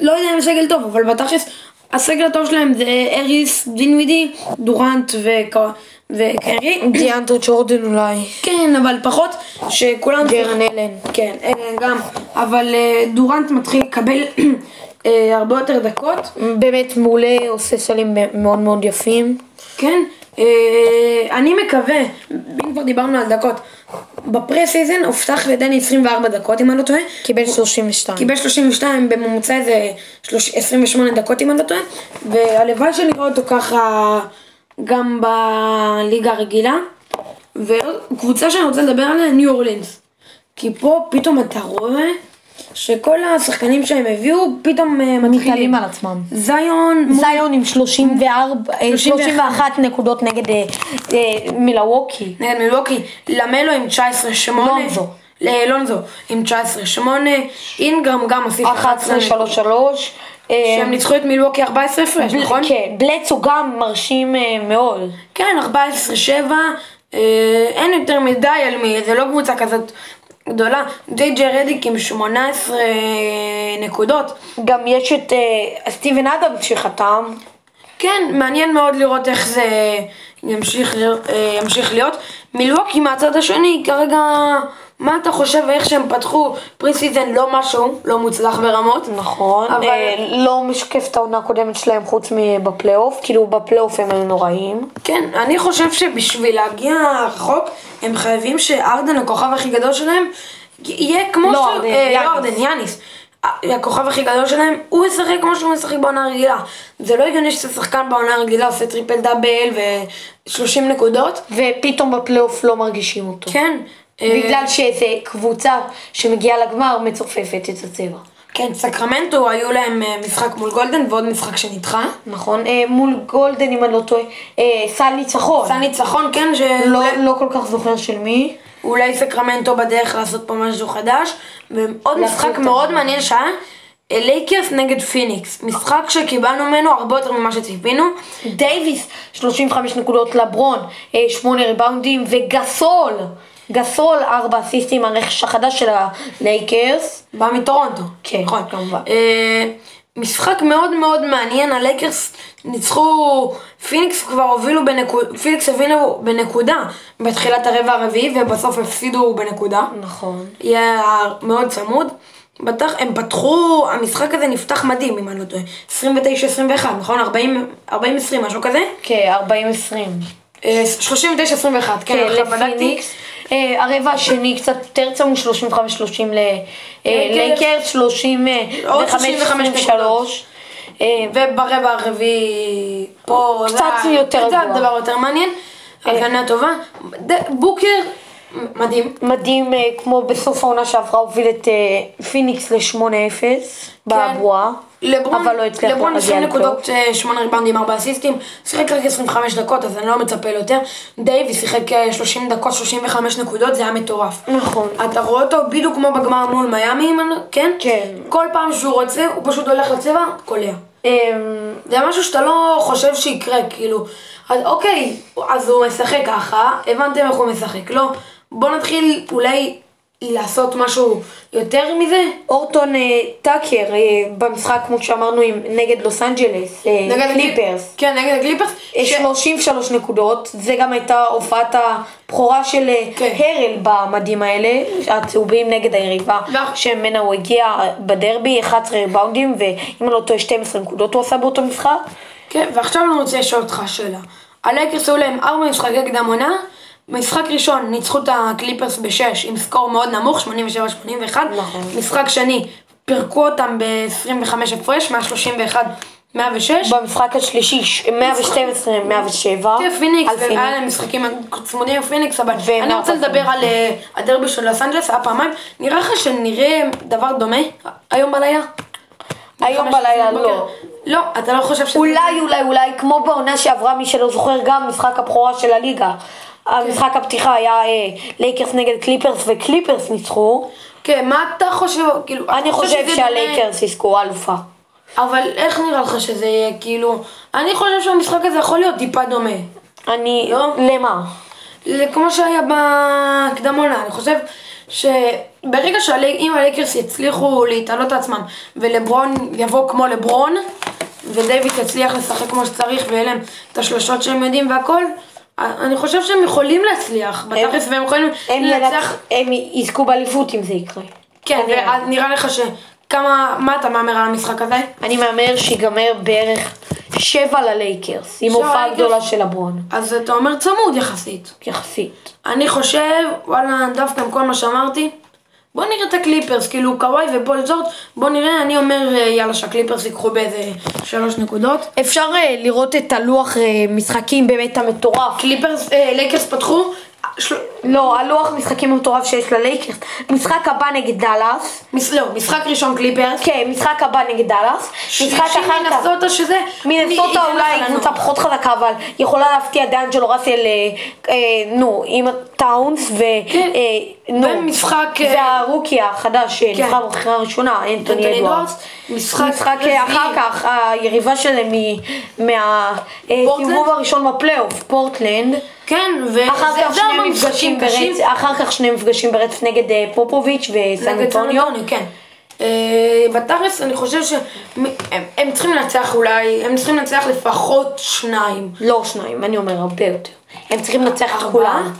Speaker 2: לא יודע אם הסגל טוב, אבל בתכלס הסגל הטוב שלהם זה אריס, דינווידי, דורנט וקו- וקרי,
Speaker 1: דיאנדרו ג'ורדן אולי.
Speaker 2: כן, אבל פחות שכולם...
Speaker 1: ג'רן אלן.
Speaker 2: כן, אלן גם. אבל אה, דורנט מתחיל לקבל [CLEARS THROAT] אה, הרבה יותר דקות.
Speaker 1: באמת מעולה, עושה סלים מאוד מאוד יפים.
Speaker 2: כן, אה, אני מקווה, אם כבר דיברנו על דקות, בפרה סיזן הובטח לדני 24 דקות, אם אני לא טועה.
Speaker 1: קיבל 32.
Speaker 2: קיבל 32 בממוצע איזה 30 28 דקות אם אני לא טועה, והלוואי שנראה אותו ככה גם בליגה הרגילה. וקבוצה שאני רוצה לדבר עליה, ניו אורלינס. כי פה פתאום אתה רואה שכל השחקנים שהם הביאו פתאום אה, מתחילים.
Speaker 1: מתעלים על עצמם.
Speaker 2: זיון,
Speaker 1: זיון עם 34, אה, 31 נקודות נגד אה, אה, מילווקי.
Speaker 2: נגד מילווקי, למלו עם 19-8.
Speaker 1: לונזו.
Speaker 2: אה, לונזו עם 19-8, אינגרם גם הוסיף 11 נקודות.
Speaker 1: 11-3-3. אה,
Speaker 2: שהם ניצחו את מילווקי 14 הפרש, נכון?
Speaker 1: כן, בלצו גם מרשים אה, מאוד.
Speaker 2: כן, 14-7, אה, אין יותר מדי על מי, זה לא קבוצה כזאת גדולה. ג'יי ג'י רדיק עם 18 נקודות.
Speaker 1: גם יש את אה, סטיבן אדם שחתם.
Speaker 2: כן, מעניין מאוד לראות איך זה אה, ימשיך, ל- אה, ימשיך להיות. מילווקי מהצד השני, כרגע מה אתה חושב איך שהם פתחו פרי סיזן לא משהו, לא מוצלח ברמות.
Speaker 1: נכון,
Speaker 2: אבל-
Speaker 1: אה, לא משקף את העונה הקודמת שלהם חוץ מבפלייאוף, כאילו בפלייאוף הם היו נוראים.
Speaker 2: כן, אני חושב שבשביל להגיע רחוק, הם חייבים שארדן, הכוכב הכי גדול שלהם, יהיה כמו
Speaker 1: לא
Speaker 2: ש...
Speaker 1: ארדן,
Speaker 2: אה,
Speaker 1: יאניס.
Speaker 2: לא ארדן, יאניס. ה- הכוכב הכי גדול שלהם, הוא ישחק כמו שהוא משחק בעונה הרגילה. זה לא הגיוני ששחקן בעונה הרגילה עושה טריפל דאבל ו-30 נקודות.
Speaker 1: ופתאום בפלייאוף לא מרגישים אותו.
Speaker 2: כן. אה,
Speaker 1: בגלל שאיזה קבוצה שמגיעה לגמר מצופפת את הצבע.
Speaker 2: כן, סקרמנטו היו להם אה, משחק מול גולדן ועוד משחק שנדחה.
Speaker 1: נכון, אה, מול גולדן אם אני לא טועה, אה, סל ניצחון.
Speaker 2: עשה ניצחון, כן,
Speaker 1: לא,
Speaker 2: שאולי
Speaker 1: לא כל כך זוכר של מי.
Speaker 2: אולי סקרמנטו בדרך לעשות פה משהו חדש. ועוד
Speaker 1: להתחיל
Speaker 2: משחק
Speaker 1: אותה.
Speaker 2: מאוד מעניין שהיה אה, לייקרס נגד פיניקס. משחק שקיבלנו ממנו הרבה יותר ממה שציפינו.
Speaker 1: דייוויס, 35 נקודות לברון, 8 ריבאונדים, וגסול, גסול 4 אסיסטים, הרכש החדש של הלייקרס.
Speaker 2: בא מטורונטו.
Speaker 1: כן,
Speaker 2: נכון.
Speaker 1: כמובן.
Speaker 2: אה, משחק מאוד מאוד מעניין, הלייקרס ניצחו, פיניקס כבר הובילו בנקודה, פיניקס הובילו בנקודה בתחילת הרבע הרביעי ובסוף הפסידו בנקודה.
Speaker 1: נכון.
Speaker 2: יהיה מאוד צמוד. בטח, הם פתחו, המשחק הזה נפתח מדהים, אם אני לא טועה. 29-21, נכון? 40-20, משהו כזה?
Speaker 1: כן, 40-20.
Speaker 2: אה, 39-21, כן,
Speaker 1: כן,
Speaker 2: עכשיו בדקתי.
Speaker 1: לפיניקס. אה, הרבע השני קצת יותר צמוד, 35-30
Speaker 2: כן,
Speaker 1: ללייקרס, אה, 35-23.
Speaker 2: נקודות.
Speaker 1: אה,
Speaker 2: וברבע הרביעי, פה...
Speaker 1: קצת יותר כן.
Speaker 2: רגוע.
Speaker 1: רגוע.
Speaker 2: קצת דבר יותר מעניין. הגנה טובה. ד- בוקר, מ- מדהים.
Speaker 1: מדהים, אה, כמו בסוף העונה שעברה הוביל את אה, פיניקס ל-8-0 באבואה.
Speaker 2: כן. לברון,
Speaker 1: אבל לא הצליח
Speaker 2: לברון
Speaker 1: להגיע
Speaker 2: 20
Speaker 1: לפלייאוף.
Speaker 2: נקודות, אה, 8 ריבאונדים, 4 אסיסטים, שיחק רק 25 דקות, אז אני לא מצפה ליותר. דייוויס שיחק אה, 30 דקות, 35 נקודות, זה היה מטורף.
Speaker 1: נכון.
Speaker 2: אתה רואה אותו בדיוק כמו בגמר מול מיאמי, אם אני לא- כן?
Speaker 1: כן.
Speaker 2: כל פעם שהוא רוצה, הוא פשוט הולך לצבע, קולע.
Speaker 1: אמ,
Speaker 2: זה משהו שאתה לא חושב שיקרה, כאילו. אז אוקיי, אז הוא משחק ככה, הבנתם איך הוא משחק, לא? בוא נתחיל אולי לעשות משהו יותר מזה.
Speaker 1: אורטון אה, טאקר אה, במשחק, כמו שאמרנו, עם- נגד לוס אנג'לס, אה,
Speaker 2: נגד
Speaker 1: קליפרס.
Speaker 2: הקליפ- כן, נגד הקליפרס.
Speaker 1: אה,
Speaker 2: ש-
Speaker 1: 33 נקודות, זה גם הייתה הופעת הבכורה של אה,
Speaker 2: כן.
Speaker 1: הרל במדים האלה, הצהובים נגד היריבה
Speaker 2: ואח-
Speaker 1: שממנה הוא הגיע בדרבי, 11 ריבאונדים, ואם אני לא טועה 12 נקודות הוא עשה באותו משחק.
Speaker 2: כן, ועכשיו אני רוצה לשאול אותך שאלה. הלייקרס היו להם ארבע משחקי קדם עונה, משחק ראשון ניצחו את הקליפרס בשש עם סקור מאוד נמוך, 87-81,
Speaker 1: נכון.
Speaker 2: משחק שני פירקו אותם ב-25 הפרש, 131 106,
Speaker 1: במשחק השלישי, ש- 112, 107.
Speaker 2: כן, פיניקס,
Speaker 1: על
Speaker 2: והיה
Speaker 1: פיניקס.
Speaker 2: להם משחקים צמודים עם פיניקס, אבל
Speaker 1: והם לא
Speaker 2: אני רוצה
Speaker 1: הפסו.
Speaker 2: לדבר על אה, הדרבי של לוס אנג'לס, היה פעמיים, נראה לך שנראה דבר דומה היום בלילה?
Speaker 1: היום
Speaker 2: בחמש לפנות
Speaker 1: בלילה
Speaker 2: בוקר?
Speaker 1: לא.
Speaker 2: לא, אתה לא חושב שזה...
Speaker 1: אולי, אולי, אולי, כמו בעונה שעברה, מי שלא זוכר, גם משחק הבכורה של הליגה. המשחק הפתיחה היה אה, לייקרס נגד קליפרס, וקליפרס ניצחו.
Speaker 2: כן, מה אתה חושב? כאילו, אתה
Speaker 1: אני
Speaker 2: שזה
Speaker 1: חושב
Speaker 2: דומה?
Speaker 1: שהלייקרס יזכו אלופה.
Speaker 2: אבל איך נראה לך שזה יהיה, כאילו, אני חושב שהמשחק הזה יכול להיות טיפה דומה.
Speaker 1: אני...
Speaker 2: לא?
Speaker 1: למה?
Speaker 2: ל- כמו שהיה בקדם עונה, אני חושב שברגע שאם הלייקרס יצליחו להתעלות על עצמם ולברון יבוא כמו לברון ודייוויס יצליח לשחק כמו שצריך ויהיה להם את השלשות שהם יודעים והכל, א- אני חושב שהם יכולים להצליח בתכלס והם יכולים
Speaker 1: הם,
Speaker 2: לנצח,
Speaker 1: ינצ... הם יזכו באליפות אם זה יקרה.
Speaker 2: כן,
Speaker 1: אני-
Speaker 2: ונראה לך שכמה, מה אתה מהמר על המשחק הזה?
Speaker 1: אני מהמר שיגמר בערך שבע ללייקרס, עם
Speaker 2: שבע
Speaker 1: הופעה
Speaker 2: ללייקרס?
Speaker 1: גדולה של הברון,
Speaker 2: אז אתה אומר צמוד יחסית.
Speaker 1: יחסית.
Speaker 2: אני חושב, וואלה, דווקא עם כל מה שאמרתי, בוא נראה את הקליפרס, כאילו קוואי ופול ג'ורג', בוא נראה, אני אומר, אה, יאללה, שהקליפרס ייקחו באיזה שלוש נקודות.
Speaker 1: אפשר אה, לראות את הלוח אה, משחקים באמת המטורף.
Speaker 2: קליפרס, אה, לייקרס פתחו, אה, של...
Speaker 1: לא, הלוח משחקים המטורף שיש ללייקרס. משחק הבא נגד דאלאס.
Speaker 2: מס... לא, משחק ראשון קליפרס,
Speaker 1: כן, משחק הבא נגד דאלאס. משחק אחר כך.
Speaker 2: מנסוטה שזה,
Speaker 1: מנסוטה
Speaker 2: מי-
Speaker 1: אולי
Speaker 2: ייתן לך
Speaker 1: קבוצה
Speaker 2: לנוח.
Speaker 1: פחות חזקה, אבל יכולה להפתיע דאנג'לו ראסל, אה, אה, נו, עם טאונס ו...
Speaker 2: כן.
Speaker 1: אה, נו.
Speaker 2: ומשחק, אה,
Speaker 1: והרוקי החדש, אה,
Speaker 2: כן.
Speaker 1: נבחר בבחירה הראשונה, אנטוני
Speaker 2: אנטוני
Speaker 1: אדוארדס.
Speaker 2: אדוארדס, משחק רביעי.
Speaker 1: אה, אחר כך, היריבה שלהם היא
Speaker 2: פורטלנד?
Speaker 1: מהסיבוב הראשון בפלייאוף, פורטלנד.
Speaker 2: כן, וזה
Speaker 1: אחר כך
Speaker 2: זה ארבע
Speaker 1: שני מפגשים
Speaker 2: קשים.
Speaker 1: ברצף, אחר כך שני מפגשים ברצף נגד אה, פופוביץ' וסן
Speaker 2: נגד סן
Speaker 1: אנטוניו.
Speaker 2: אנטוניו, כן. אה, בתכלס אני חושב שהם הם צריכים לנצח אולי, הם צריכים לנצח לפחות שניים.
Speaker 1: לא שניים, אני אומר הרבה יותר. הם צריכים לנצח את
Speaker 2: ארבעה?
Speaker 1: כולם.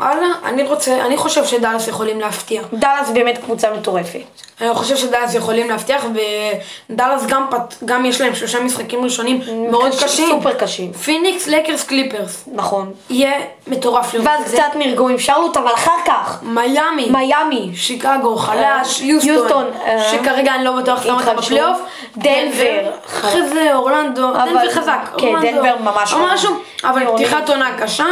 Speaker 2: הלאה, אני רוצה, אני חושב שדאלאס יכולים להפתיע.
Speaker 1: דאלאס באמת קבוצה מטורפת.
Speaker 2: אני חושב שדאלאס יכולים להבטיח, ודאלאס גם, פת... גם יש להם שלושה משחקים ראשונים מאוד
Speaker 1: קש-
Speaker 2: קשים.
Speaker 1: סופר קשים.
Speaker 2: פיניקס, לקרס, קליפרס.
Speaker 1: נכון.
Speaker 2: יהיה מטורף לראות את
Speaker 1: ואז
Speaker 2: זה.
Speaker 1: קצת נרגעו עם שרלוט, אבל אחר כך,
Speaker 2: מיאמי,
Speaker 1: מיאמי,
Speaker 2: שיקגו, חלש,
Speaker 1: אה,
Speaker 2: יוסטון,
Speaker 1: יוסטון, אה,
Speaker 2: שכרגע אני לא בטוח למה אתה
Speaker 1: התחדשו.
Speaker 2: בפלייאוף.
Speaker 1: דנבר.
Speaker 2: אחרי זה אורלנדו,
Speaker 1: אבל-
Speaker 2: דנבר חזק.
Speaker 1: כן,
Speaker 2: אורלנדו.
Speaker 1: דנבר ממש
Speaker 2: או
Speaker 1: חזק.
Speaker 2: משהו, אבל
Speaker 1: אורלנדו.
Speaker 2: פתיחת עונה קשה,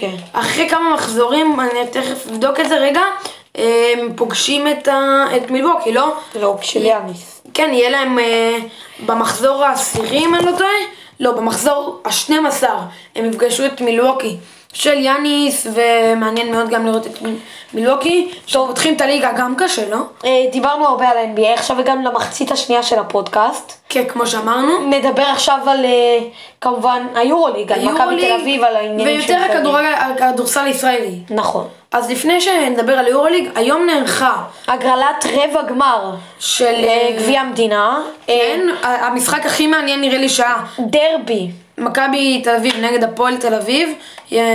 Speaker 1: כן.
Speaker 2: ואחרי כמה מחזורים, אני תכף אבדוק את זה רגע, הם פוגשים את ה- את מילווקי, לא?
Speaker 1: לא, של יאניס.
Speaker 2: כן, יהיה להם אה, במחזור העשירי, אם אני לא טועה, לא, במחזור ה-12 הם יפגשו את מילווקי של יאניס, ומעניין מאוד גם לראות את מ- מילווקי, שפותחים את הליגה גם קשה, לא?
Speaker 1: אה, דיברנו הרבה על ה-NBA, עכשיו הגענו למחצית השנייה של הפודקאסט.
Speaker 2: כן, כמו שאמרנו.
Speaker 1: נדבר עכשיו על אה, כמובן היורוליג, על כן, מכבי
Speaker 2: היורוליג,
Speaker 1: תל אביב, על העניינים
Speaker 2: ויותר
Speaker 1: מכבי.
Speaker 2: הכדורגל- הכדורסל הישראלי.
Speaker 1: נכון.
Speaker 2: אז לפני שנדבר על היורוליג, היום נערכה
Speaker 1: הגרלת רבע גמר
Speaker 2: של
Speaker 1: אה,
Speaker 2: אה,
Speaker 1: גביע המדינה, אה,
Speaker 2: כן, ה- המשחק הכי מעניין נראה לי שהיה
Speaker 1: דרבי.
Speaker 2: מכבי תל אביב נגד הפועל תל אביב, יהיה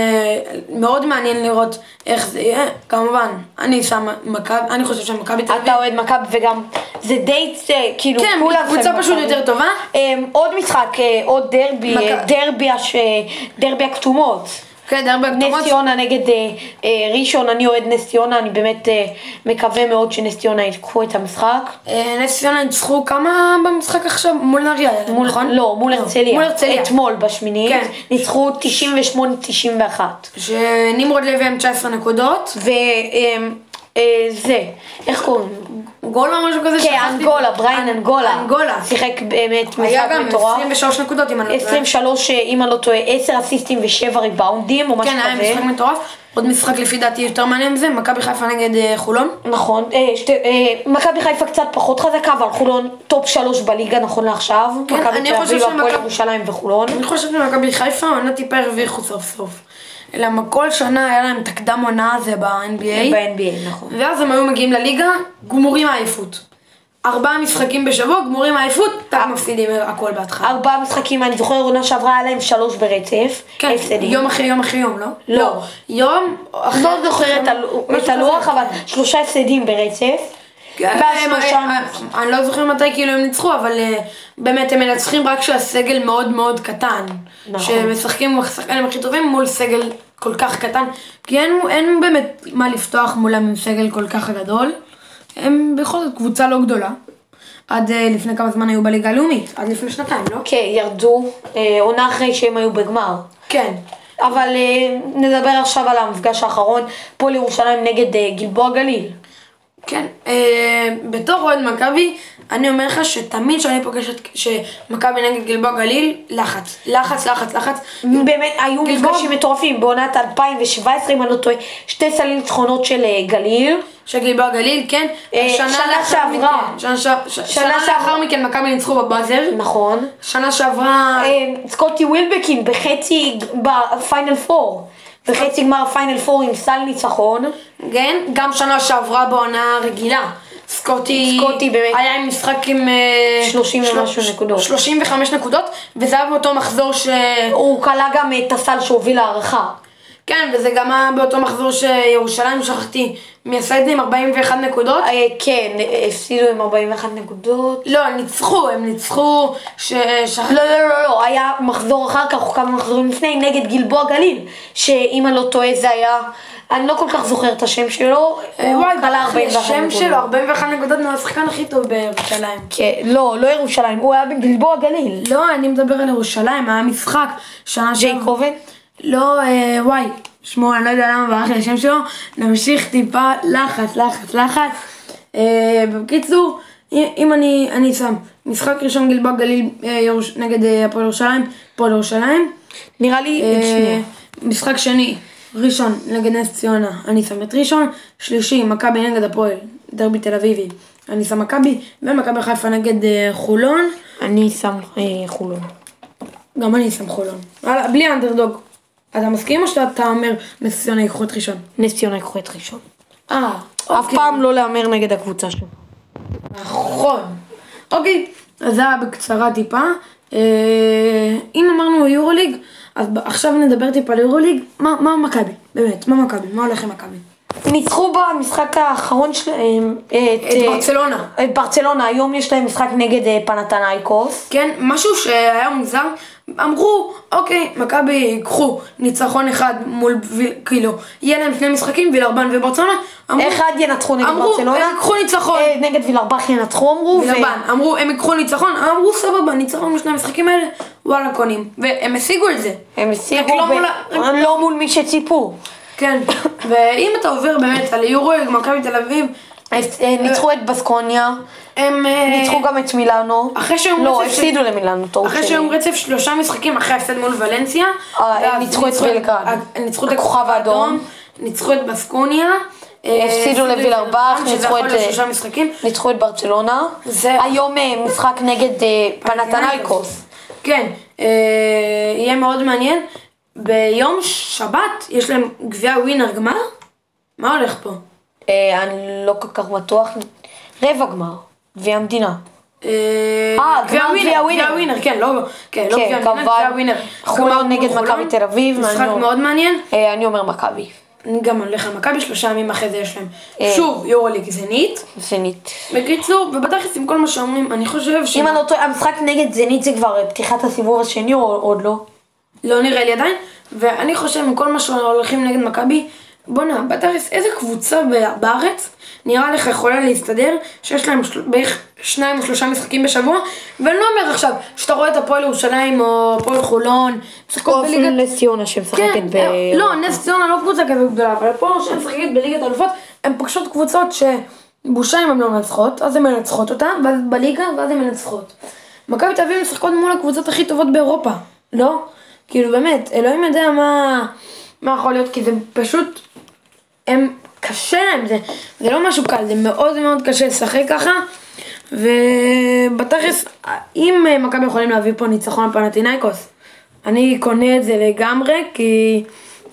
Speaker 2: מאוד מעניין לראות איך זה יהיה, כמובן, אני שם מכבי, אני חושב שמכבי תל אביב,
Speaker 1: אתה אוהד מכבי וגם זה די, אה, כאילו,
Speaker 2: כן,
Speaker 1: כולם
Speaker 2: קבוצה
Speaker 1: של
Speaker 2: פשוט
Speaker 1: מכבי.
Speaker 2: יותר טובה,
Speaker 1: אמ, עוד משחק, אה, עוד דרבי,
Speaker 2: מכ-
Speaker 1: אה, דרבי, הש... אה, דרבי הכתומות.
Speaker 2: כן, הרבה
Speaker 1: נס
Speaker 2: הגדרות,
Speaker 1: ציונה נגד אה, אה, ראשון, אני אוהד נס ציונה, אני באמת אה, מקווה מאוד שנס ציונה ייקחו את המשחק.
Speaker 2: אה, נס ציונה ניצחו כמה במשחק עכשיו? מול נהריה,
Speaker 1: מול,
Speaker 2: נכון?
Speaker 1: לא, מול הרצליה.
Speaker 2: מול הרצליה,
Speaker 1: אתמול בשמינית.
Speaker 2: כן.
Speaker 1: ניצחו 98-91.
Speaker 2: שנמרוד לוי עם 19 נקודות,
Speaker 1: וזה, אה, זה, איך קוראים לו?
Speaker 2: גול או משהו כזה,
Speaker 1: כן,
Speaker 2: שכחתי.
Speaker 1: אנגולה, בריין אנגולה.
Speaker 2: אנגולה,
Speaker 1: שיחק באמת משחק
Speaker 2: היה גם
Speaker 1: מטורף.
Speaker 2: 23 נקודות אם אני לא טועה,
Speaker 1: 23, אה, אם אני לא טועה, 10 אסיסטים ו-7 ריבאונדים, או משהו
Speaker 2: כן, היה
Speaker 1: כזה.
Speaker 2: משחק מטורף, עוד משחק לפי דעתי יותר מעניין מזה, מכבי חיפה נגד אה, חולון.
Speaker 1: נכון, אה, שתי- אה, מכבי חיפה קצת פחות חזקה, אבל חולון טופ שלוש בליגה נכון לעכשיו.
Speaker 2: כן, אני
Speaker 1: מכבי תל
Speaker 2: חושב
Speaker 1: אביב, הפועל
Speaker 2: שמכבי- אוקיי.
Speaker 1: ירושלים וחולון.
Speaker 2: אני חושב שמכבי חיפה העונה טיפה הרוויחו סוף סוף. למה כל שנה היה להם את הקדם עונה הזה ב-NBA,
Speaker 1: ב-NBA, נכון.
Speaker 2: ואז הם היו מגיעים לליגה, גמורים העייפות. ארבעה משחקים בשבוע, גמורים העייפות,
Speaker 1: אה,
Speaker 2: טק מפסידים הכל בהתחלה.
Speaker 1: ארבעה משחקים, אני זוכר עונה שעברה, היה להם שלוש ברצף.
Speaker 2: כן,
Speaker 1: הפסדים.
Speaker 2: יום אחרי יום אחרי יום, לא?
Speaker 1: לא.
Speaker 2: יום אחרי...
Speaker 1: לא זוכר את הלו-
Speaker 2: משהו
Speaker 1: את הלוח,
Speaker 2: כזה.
Speaker 1: אבל שלושה הפסדים ברצף.
Speaker 2: כן,
Speaker 1: ואז
Speaker 2: הם-
Speaker 1: שלושה-
Speaker 2: הם- אני לא זוכר מתי כאילו הם ניצחו, אבל אה, באמת הם מנצחים רק כשהסגל מאוד מאוד קטן.
Speaker 1: נכון.
Speaker 2: שמשחקים עם השחקנים הכי טובים מול סגל כל כך קטן, כי אין, אין באמת מה לפתוח מולם עם סגל כל כך גדול. הם בכל זאת קבוצה לא גדולה. עד אה, לפני כמה זמן היו בליגה הלאומית, עד לפני שנתיים, לא?
Speaker 1: כן, ירדו, אה, עונה אחרי שהם היו בגמר.
Speaker 2: כן.
Speaker 1: אבל אה, נדבר עכשיו על המפגש האחרון, הפועל ירושלים נגד אה, גלבוע גליל.
Speaker 2: כן, אה, בתור אוהד מכבי, אני אומר לך שתמיד כשאני פוגשת, שמכבי נגד גלבוע גליל, לחץ, לחץ, לחץ, לחץ.
Speaker 1: באמת, היו
Speaker 2: גלבוע.
Speaker 1: מפגשים מטורפים בעונת 2017, אם אני לא טועה, שתי סלים ניצחונות של אה, גליל.
Speaker 2: של גלבוע גליל, כן.
Speaker 1: אה,
Speaker 2: השנה
Speaker 1: שנה
Speaker 2: לאחר
Speaker 1: שעברה.
Speaker 2: מכן- שנה שע- ש- שנה
Speaker 1: שעברה.
Speaker 2: לאחר מכן מכבי ניצחו בבאזר.
Speaker 1: נכון.
Speaker 2: שנה שעברה...
Speaker 1: אה, סקוטי ווילבקין בחצי, בפיינל פור. בחצי גמר פיינל פור עם סל ניצחון.
Speaker 2: כן, גם שנה שעברה בעונה הרגילה. סקוטי,
Speaker 1: סקוטי באמת-
Speaker 2: היה עם משחק עם אה,
Speaker 1: 30 ומשהו
Speaker 2: שלוש-
Speaker 1: נקודות.
Speaker 2: 35 נקודות, וזה היה באותו מחזור ש...
Speaker 1: הוא כלה גם אה, את הסל שהוביל להערכה.
Speaker 2: כן, וזה גם היה באותו מחזור שירושלים, שכחתי, מי עשה את זה עם 41 נקודות.
Speaker 1: אה, כן, אה, הפסידו עם 41 נקודות.
Speaker 2: לא, ניצחו, הם ניצחו, ש... שכחתי-
Speaker 1: לא, לא, לא, לא, היה מחזור אחר כך, או כמה מחזורים לפני, נגד גלבוע גליל, שאם אני לא טועה זה היה, אני לא כל כך זוכר את השם שלו,
Speaker 2: אה,
Speaker 1: הוא
Speaker 2: וואי,
Speaker 1: כלה
Speaker 2: ברח לי
Speaker 1: 41
Speaker 2: השם
Speaker 1: נקודות.
Speaker 2: שלו, 41 נקודות, הוא השחקן הכי טוב בירושלים.
Speaker 1: כן, לא, לא ירושלים, הוא היה בגלבוע גליל.
Speaker 2: לא, אני מדבר על ירושלים, היה משחק. שנה
Speaker 1: ג'יי
Speaker 2: שעברה-
Speaker 1: קובן?
Speaker 2: לא, אה, וואי, שמו, אני לא יודע למה ברח לי השם שלו. נמשיך טיפה, לחץ, לחץ, לחץ. אה, בקיצור, אם אם אני, אני שם, משחק ראשון גלבוע גליל אה, ירוש- נגד אה, הפועל ירושלים, הפועל ירושלים.
Speaker 1: נראה לי,
Speaker 2: אה,
Speaker 1: שנייה.
Speaker 2: משחק שני, ראשון נגד נס ציונה, אני שם את ראשון, שלישי, מכבי נגד הפועל, דרבי תל אביבי, אני שם מכבי, ומכבי חיפה נגד אה, חולון,
Speaker 1: אני שם אה, חולון.
Speaker 2: גם אני שם חולון. הלאה, בלי אנדרדוג. אתה מסכים או שאתה אומר נס ציונה יקחו את ראשון?
Speaker 1: נס ציונה יקחו את ראשון.
Speaker 2: אה,
Speaker 1: אף פעם לא להמר נגד הקבוצה שלו.
Speaker 2: נכון. אוקיי, אז זה היה בקצרה טיפה. אה, אם אמרנו יורוליג, אז ב- עכשיו נדבר טיפה על יורוליג, מה מה מכבי? באמת, מה מכבי? מה הולך עם מכבי?
Speaker 1: ניצחו במשחק האחרון שלהם
Speaker 2: את ברצלונה.
Speaker 1: אה, את ברצלונה, היום יש להם משחק נגד אה, פנתנייקוס.
Speaker 2: כן, משהו שהיה מוזר, אמרו, אוקיי, מכבי ייקחו ניצחון אחד מול, ויל- כאילו, יהיה להם שני משחקים, וילרבן וברצלונה, אמרו,
Speaker 1: אחד ינצחו נגד
Speaker 2: אמרו,
Speaker 1: ברצלונה.
Speaker 2: הם ייקחו ניצחון,
Speaker 1: אה, נגד וילרבך ינצחו אמרו. ו-
Speaker 2: נכון. וילרבן, אמרו, הם ייקחו ניצחון, אמרו, סבבה, ניצחון בשני המשחקים האלה, וואלה, קונים, והם השיגו את זה.
Speaker 1: הם השיגו,
Speaker 2: רק לא
Speaker 1: ב-
Speaker 2: מול ה-
Speaker 1: לא מול מי שציפו.
Speaker 2: כן, ואם אתה עובר באמת על יורו, מכבי תל אביב,
Speaker 1: אז, אה, ניצחו את בסקוניה,
Speaker 2: הם... אה,
Speaker 1: ניצחו גם את מילאנו.
Speaker 2: אחרי שהם
Speaker 1: לא,
Speaker 2: רצף של-
Speaker 1: הפסידו למילאנו, טעות
Speaker 2: אחרי
Speaker 1: שלי.
Speaker 2: שהם רצף שלושה משחקים אחרי ההפסד מול ולנסיה.
Speaker 1: אה, הם
Speaker 2: ואז
Speaker 1: ניצחו את בלגרד.
Speaker 2: אה, ניצחו את
Speaker 1: הכוכב
Speaker 2: הכוכב
Speaker 1: האדום.
Speaker 2: האדום. ניצחו את בסקוניה. אה,
Speaker 1: הפסידו לווילרבך,
Speaker 2: לווילרבן, שזה
Speaker 1: ניצחו את... אה,
Speaker 2: יכול להיות שלושה משחקים.
Speaker 1: ניצחו את ברצלונה.
Speaker 2: זה-
Speaker 1: היום אה, משחק נגד אה, פנתנייקוס.
Speaker 2: כן, אה, יהיה מאוד מעניין. ביום שבת יש להם גביע ווינר גמר? מה הולך פה?
Speaker 1: אה, אני לא כל כך בטוח. רבע גמר, גביע המדינה.
Speaker 2: אה,
Speaker 1: אה, גמר גביע ווינר.
Speaker 2: גביע ווינר, כן, לא, כן, לא
Speaker 1: כן,
Speaker 2: גביע המדינה,
Speaker 1: כמובן.
Speaker 2: גביע ווינר.
Speaker 1: חולון
Speaker 2: גמר מול
Speaker 1: נגד מכבי
Speaker 2: חולון.
Speaker 1: תל אביב, לא-
Speaker 2: משחק
Speaker 1: מעניין.
Speaker 2: מאוד מעניין.
Speaker 1: אה, אני אומר מכבי.
Speaker 2: אני גם הולך למכבי, שלושה ימים אחרי זה יש להם.
Speaker 1: אה.
Speaker 2: שוב, יורוליג זנית.
Speaker 1: זנית.
Speaker 2: בקיצור, ובתכלס עם כל מה שאומרים, אני חושב ש...
Speaker 1: אם אני לא טועה, המשחק נגד זנית זה כבר אה, פתיחת הסיבוב השני או עוד לא?
Speaker 2: לא נראה לי עדיין, ואני חושב עם כל מה שהולכים נגד מכבי, בואנה, בתכלס, איזה קבוצה ב- בארץ נראה לך יכולה להסתדר, שיש להם של... בערך שניים או שלושה משחקים בשבוע, ואני לא אומר עכשיו, שאתה רואה את הפועל ירושלים או הפועל חולון, משחקות בליגת...
Speaker 1: נס ציונה שמשחקת
Speaker 2: כן, אה, לא, נס ציונה לא קבוצה כזו גדולה, אבל הפועל שהן משחקת בליגת האלופות, הן פוגשות קבוצות שבושה אם הן לא מנצחות, אז הן מנצחות אותה, ואז בליגה, ואז הן מנצחות. מכבי תל אביב משחקות מול הקבוצות הכי טובות באירופה, לא? כאילו באמת, אלוהים יודע מה, מה יכול להיות, כי זה פשוט, הם, קשה להם, זה, זה לא משהו קל, זה מאוד מאוד קשה לשחק ככה, ובתכלס, אם אה, מכבי יכולים להביא פה ניצחון על פנטינאיקוס, אני קונה את זה לגמרי, כי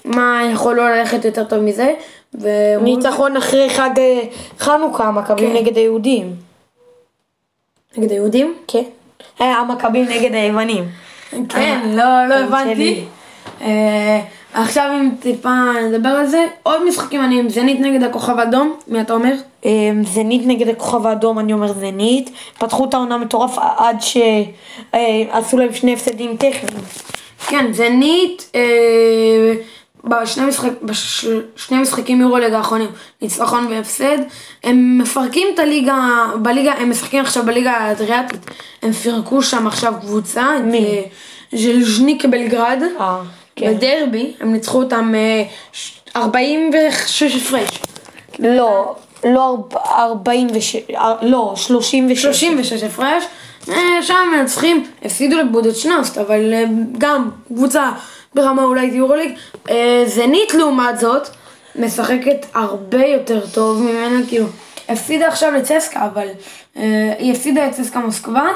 Speaker 2: מה יכול לא ללכת יותר טוב מזה, ומול-
Speaker 1: ניצחון אחרי חג אה, חנוכה, מכבים
Speaker 2: כן.
Speaker 1: נגד היהודים.
Speaker 2: נגד היהודים?
Speaker 1: כן. היה המכבים נגד היוונים.
Speaker 2: כן,
Speaker 1: אה,
Speaker 2: לא, לא
Speaker 1: טוב שלי.
Speaker 2: הבנתי. אה, עכשיו אם טיפה נדבר על זה, עוד משחקים אני עם זנית נגד הכוכב האדום, מי אתה אומר?
Speaker 1: אה, זנית נגד הכוכב האדום, אני אומר זנית. פתחו את העונה מטורף עד שעשו להם שני הפסדים טכניים.
Speaker 2: כן, זנית, אה, בשני, משחק, בשני משחקים יורוליג האחרונים, ניצחון והפסד, הם מפרקים את הליגה, בליגה, הם משחקים עכשיו בליגה האדריאטית, הם פירקו שם עכשיו קבוצה,
Speaker 1: מי?
Speaker 2: את אה, ז'לז'ניק בלגרד,
Speaker 1: אה, כן.
Speaker 2: בדרבי, הם ניצחו אותם אה, ש- 46 הפרש,
Speaker 1: לא, לא ארבע- 46, אה, לא, 36.
Speaker 2: 36 הפרש, אה, שם הם מנצחים, הפסידו לבודדשנסט, אבל אה, גם קבוצה ברמה אולי יורוליג. אה, זנית לעומת זאת, משחקת הרבה יותר טוב ממנה, כאילו, הפסידה עכשיו לצסקה, אבל אה, היא הפסידה לצסקה מוסקבה,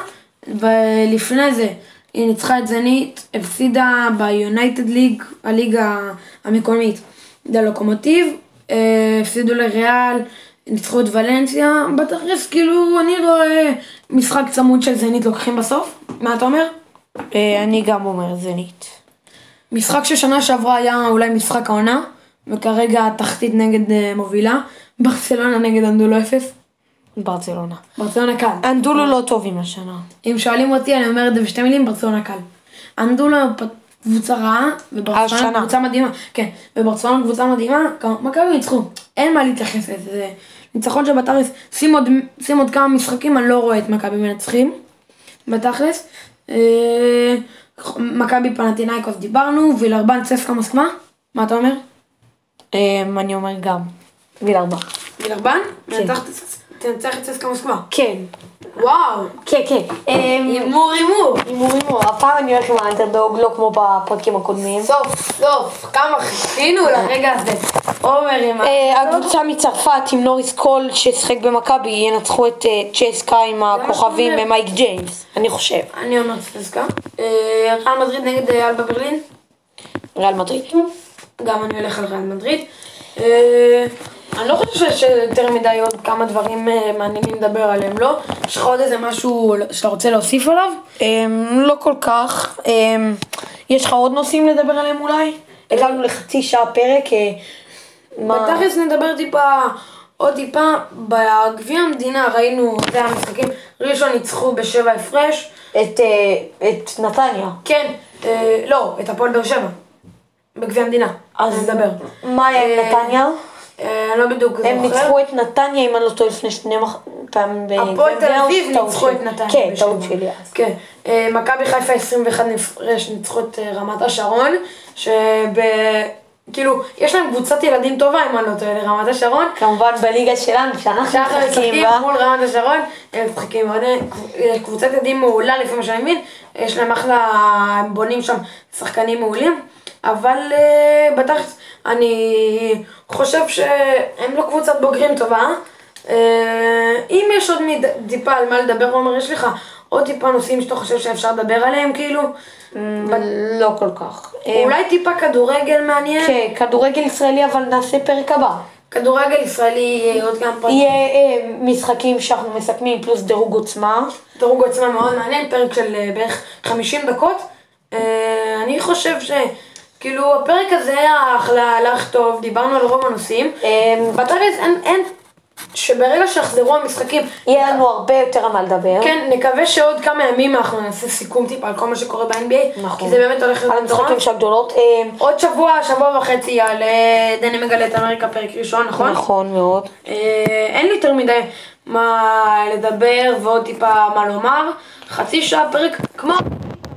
Speaker 2: ולפני זה היא ניצחה את זנית, הפסידה ביונייטד ליג, הליגה המקומית, ללוקומוטיב, אה, הפסידו לריאל, ניצחו את ולנסיה, בתכלס כאילו אני רואה משחק צמוד של זנית לוקחים בסוף, מה אתה אומר?
Speaker 1: אה, אני גם אומר זנית.
Speaker 2: משחק ששנה שעברה היה אולי משחק העונה, וכרגע התחתית נגד אה, מובילה, ברצלונה נגד אנדולו אפס,
Speaker 1: ברצלונה.
Speaker 2: ברצלונה קל.
Speaker 1: אנדולו לא טובים השנה.
Speaker 2: אם שואלים אותי אני אומרת את זה בשתי מילים, ברצלונה קל. אנדולו פ- קבוצה רעה,
Speaker 1: השנה.
Speaker 2: וברצלונה קבוצה מדהימה, כן, וברצלונה קבוצה מדהימה, גם מכבי ניצחו, אין מה להתייחס לזה, זה ניצחון שבתכלס, שים עוד, שים עוד כמה משחקים, אני לא רואה את מכבי מנצחים, בתכלס, אה, מכבי פנטינאיקוס דיברנו, וילרבן צסקה מוסקבה, מה אתה אומר?
Speaker 1: אה, אני אומר גם. וילרבך.
Speaker 2: וילרבן? מנצח את צס- תנצח את צסקה מוסקבה.
Speaker 1: כן.
Speaker 2: וואו,
Speaker 1: כן, כן. אה,
Speaker 2: הימור הימור.
Speaker 1: הימורים, הפעם אני הולך עם האנדרדוג, לא כמו בפרקים הקודמים.
Speaker 2: סוף סוף, כמה חיכינו לרגע הזה. עומר עם ה...
Speaker 1: אה, הקבוצה מצרפת עם נוריס קול ששיחק במכבי ינצחו את אה, צ'סקה עם הכוכבים
Speaker 2: אומר.
Speaker 1: אה, מייק ג'יימס, אני חושב,
Speaker 2: אני אומר ססקה. אה, ריאל מדריד נגד אה, אלבה ברלין.
Speaker 1: ריאל מדריד.
Speaker 2: גם אני הולך על ריאל מדריד. אה, אני לא חושב שיש יותר מדי עוד כמה דברים אה, מעניינים לדבר עליהם, לא? יש לך עוד איזה משהו שאתה רוצה להוסיף עליו?
Speaker 1: אמ, לא כל כך. אמ, יש לך עוד נושאים לדבר עליהם אולי? הגענו לחצי שעה פרק. אה, מה?
Speaker 2: בתכלס נדבר טיפה, עוד טיפה, בגביע המדינה ראינו, זה המשחקים, ראשון ניצחו בשבע הפרש,
Speaker 1: את, אה, את נתניה.
Speaker 2: כן, אה, לא, את הפועל באר שבע, בגביע המדינה, אז נדבר.
Speaker 1: מה היה עם
Speaker 2: אה,
Speaker 1: נתניה?
Speaker 2: אה, אני לא בדיוק זוכר.
Speaker 1: הם ניצחו את נתניה, אם אני לא טועה, לפני שני מח... פעם ב...
Speaker 2: הפועל תל
Speaker 1: והם
Speaker 2: אביב
Speaker 1: טעות
Speaker 2: ניצחו
Speaker 1: שלי.
Speaker 2: את נתניה.
Speaker 1: כן,
Speaker 2: בשבע.
Speaker 1: טעות שלי. אז.
Speaker 2: כן. אה, מכבי חיפה 21 הפרש ניצחו את אה, רמת השרון, שב... כאילו, יש להם קבוצת ילדים טובה, אם אני לא טועה, לרמת השרון.
Speaker 1: כמובן בליגה שלנו, שאנחנו
Speaker 2: שאנחנו
Speaker 1: משחקים
Speaker 2: משחקים
Speaker 1: בה.
Speaker 2: מול רמת השרון, הם משחקים מאוד, אה, קבוצת ילדים מעולה לפי מה שאני מבין, יש להם אחלה, הם בונים שם שחקנים מעולים, אבל אה, בתכלס אני חושב שהם לא קבוצת בוגרים טובה. אה, אם יש עוד מיד- טיפה על מה לדבר, עומר, יש לך עוד טיפה נושאים שאתה חושב שאפשר לדבר עליהם, כאילו?
Speaker 1: לא כל כך. אה,
Speaker 2: אולי טיפה כדורגל מעניין?
Speaker 1: כן, כדורגל ישראלי, אבל נעשה פרק הבא.
Speaker 2: כדורגל ישראלי יהיה עוד כמה פרקים.
Speaker 1: יהיה אה, משחקים שאנחנו מסכמים פלוס דירוג עוצמה.
Speaker 2: דירוג עצמה מאוד מעניין, פרק של אה, בערך 50 דקות. אה, אני חושב שכאילו הפרק הזה היה אחלה, הלך טוב, דיברנו על רוב הנושאים.
Speaker 1: אה,
Speaker 2: בתכלס אין, אין, שברגע שיחזרו המשחקים,
Speaker 1: יהיה לנו הרבה יותר על מה לדבר.
Speaker 2: כן, נקווה שעוד כמה ימים אנחנו נעשה סיכום טיפה על כל מה שקורה ב-NBA,
Speaker 1: נכון.
Speaker 2: כי זה באמת הולך
Speaker 1: על
Speaker 2: להיות
Speaker 1: המשחקים של הגדולות. אה,
Speaker 2: עוד שבוע, שבוע וחצי יעלה דני מגלה את אמריקה פרק ראשון, נכון?
Speaker 1: נכון מאוד.
Speaker 2: אה, אין לי יותר מדי מה לדבר ועוד טיפה מה לומר. חצי שעה פרק כמו,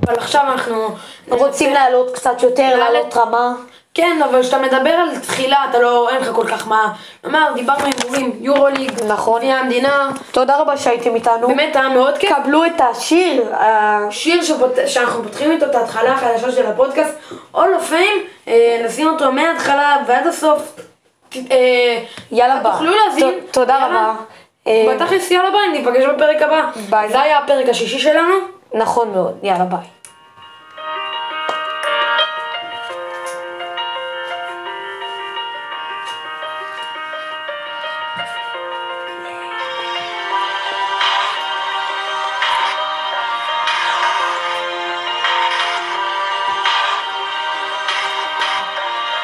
Speaker 2: אבל עכשיו אנחנו...
Speaker 1: רוצים לעלות קצת יותר, לעלות רמה.
Speaker 2: כן, אבל כשאתה מדבר על תחילה, אתה לא, אין לך כל כך מה לומר. דיברנו עם גורים, יורוליג,
Speaker 1: נכון.
Speaker 2: גביע המדינה.
Speaker 1: תודה רבה שהייתם איתנו.
Speaker 2: באמת כן. היה מאוד כיף.
Speaker 1: קבלו את השיר. אה,
Speaker 2: שיר שפות... שאנחנו פותחים איתו את ההתחלה החדשה של הפודקאסט, All of Fame, אה, נשים אותו מההתחלה ועד הסוף. ת- אה,
Speaker 1: יאללה ביי.
Speaker 2: תוכלו להזין.
Speaker 1: ת- תודה
Speaker 2: יאללה.
Speaker 1: רבה. אה,
Speaker 2: בתכלס יאללה ביי, ניפגש בפרק הבא.
Speaker 1: ביי.
Speaker 2: זה היה הפרק השישי שלנו.
Speaker 1: נכון מאוד, יאללה ביי.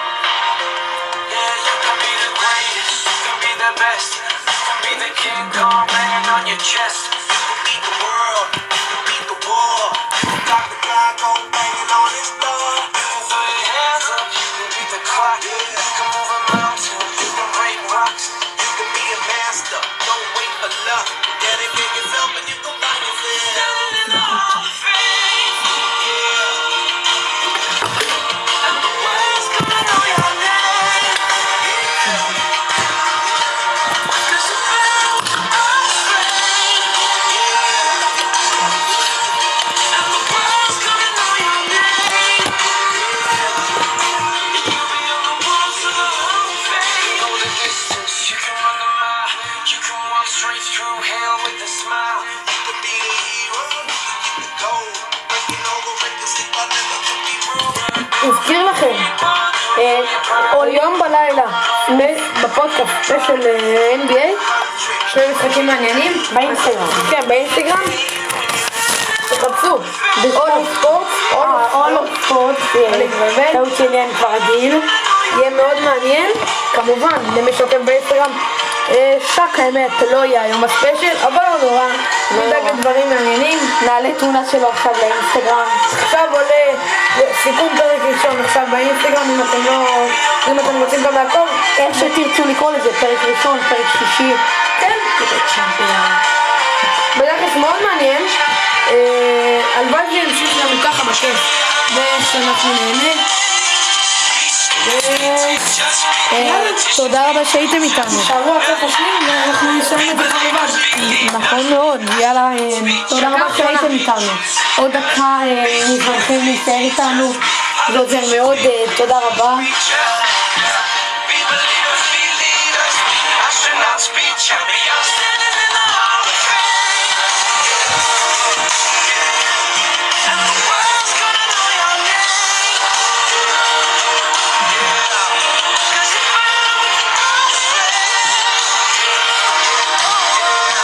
Speaker 3: Yeah, you can be the greatest, you can be the best, you can be the king kong laying on your chest. You can beat the world, you can beat the war, you can knock the guy go banging on his door. You can throw your hands up, you can beat the clock, you can move a mountain, you can break rocks, you can be a master, don't wait for luck. Yeah, they pick yourself and you can find yourself. Standing in the hall of fame. Yeah. And the waves gonna know your name. Yeah. 'Cause you feel afraid. Yeah. And the waves gonna know your name. Yeah. You'll be on the walls of the Hall of Fame. Go the distance, you can run the mile. You can walk straight through hell with a smile. You could be the hero. You could get the gold. Breaking all the records that I never could be broken.
Speaker 2: נזכיר לכם,
Speaker 1: אה,
Speaker 2: או יום בלילה, ב- בפודקאסט של אה, NBA, שני משחקים מעניינים. [LAUGHS]
Speaker 1: באינסטגרם.
Speaker 2: כן, באינסטגרם. תחפשו.
Speaker 1: בכל-
Speaker 2: All of Sports, All
Speaker 1: אה,
Speaker 2: of
Speaker 1: all of
Speaker 2: Sports.
Speaker 1: sports,
Speaker 2: אני מתבלבל.
Speaker 1: אה, טעות שלי אני כבר רגיל.
Speaker 2: יהיה מאוד מעניין, כמובן, למי שעוקב באינסטגרם, אה, שק האמת, לא יהיה היום הספיישל, אבל לא נורא, נדאג לדברים מעניינים.
Speaker 1: נעלה תמונה שלו עכשיו לאינסטגרם.
Speaker 2: עכשיו עולה סיכום פרק ראשון עכשיו באינסטגרם, אם אתם לא... אם אתם רוצים גם לעקוב,
Speaker 1: איך שתרצו לקרוא לזה, פרק ראשון, פרק שישי.
Speaker 2: כן, בדרך מאוד מעניין. אה, הלוואי שימשיך לנו ככה בכיף, ואיך שאנחנו נהנה. ו- יאללה,
Speaker 1: תודה רבה שהייתם איתנו.
Speaker 2: תעברו עד סוף השנים ואנחנו נסיים את זה כמובן.
Speaker 1: נכון מאוד, יאללה, אה, תודה רבה שהייתם איתנו. עוד דקה אה, מברכים להישאר איתנו, זה עוזר מאוד, אה, תודה רבה.
Speaker 3: Be believers, be leaders. Astronauts, be champions. Standing in the hall of fame. And the world's gonna know your name. Yeah. 'Cause you're filled with the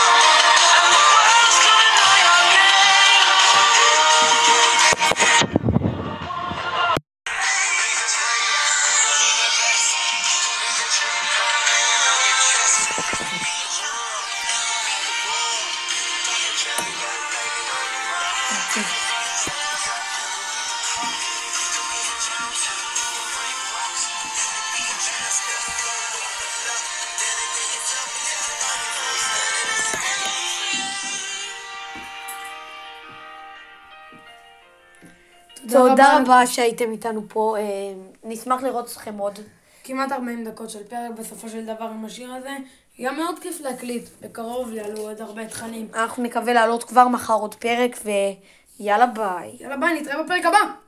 Speaker 1: תודה רבה שהייתם איתנו פה, אה, נשמח לראות אתכם עוד.
Speaker 2: כמעט 40 דקות של פרק בסופו של דבר עם השיר הזה. היה מאוד כיף להקליט, בקרוב יעלו עוד הרבה תכנים.
Speaker 1: אנחנו נקווה לעלות כבר מחר עוד פרק, ויאללה ביי.
Speaker 2: יאללה ביי, נתראה בפרק הבא!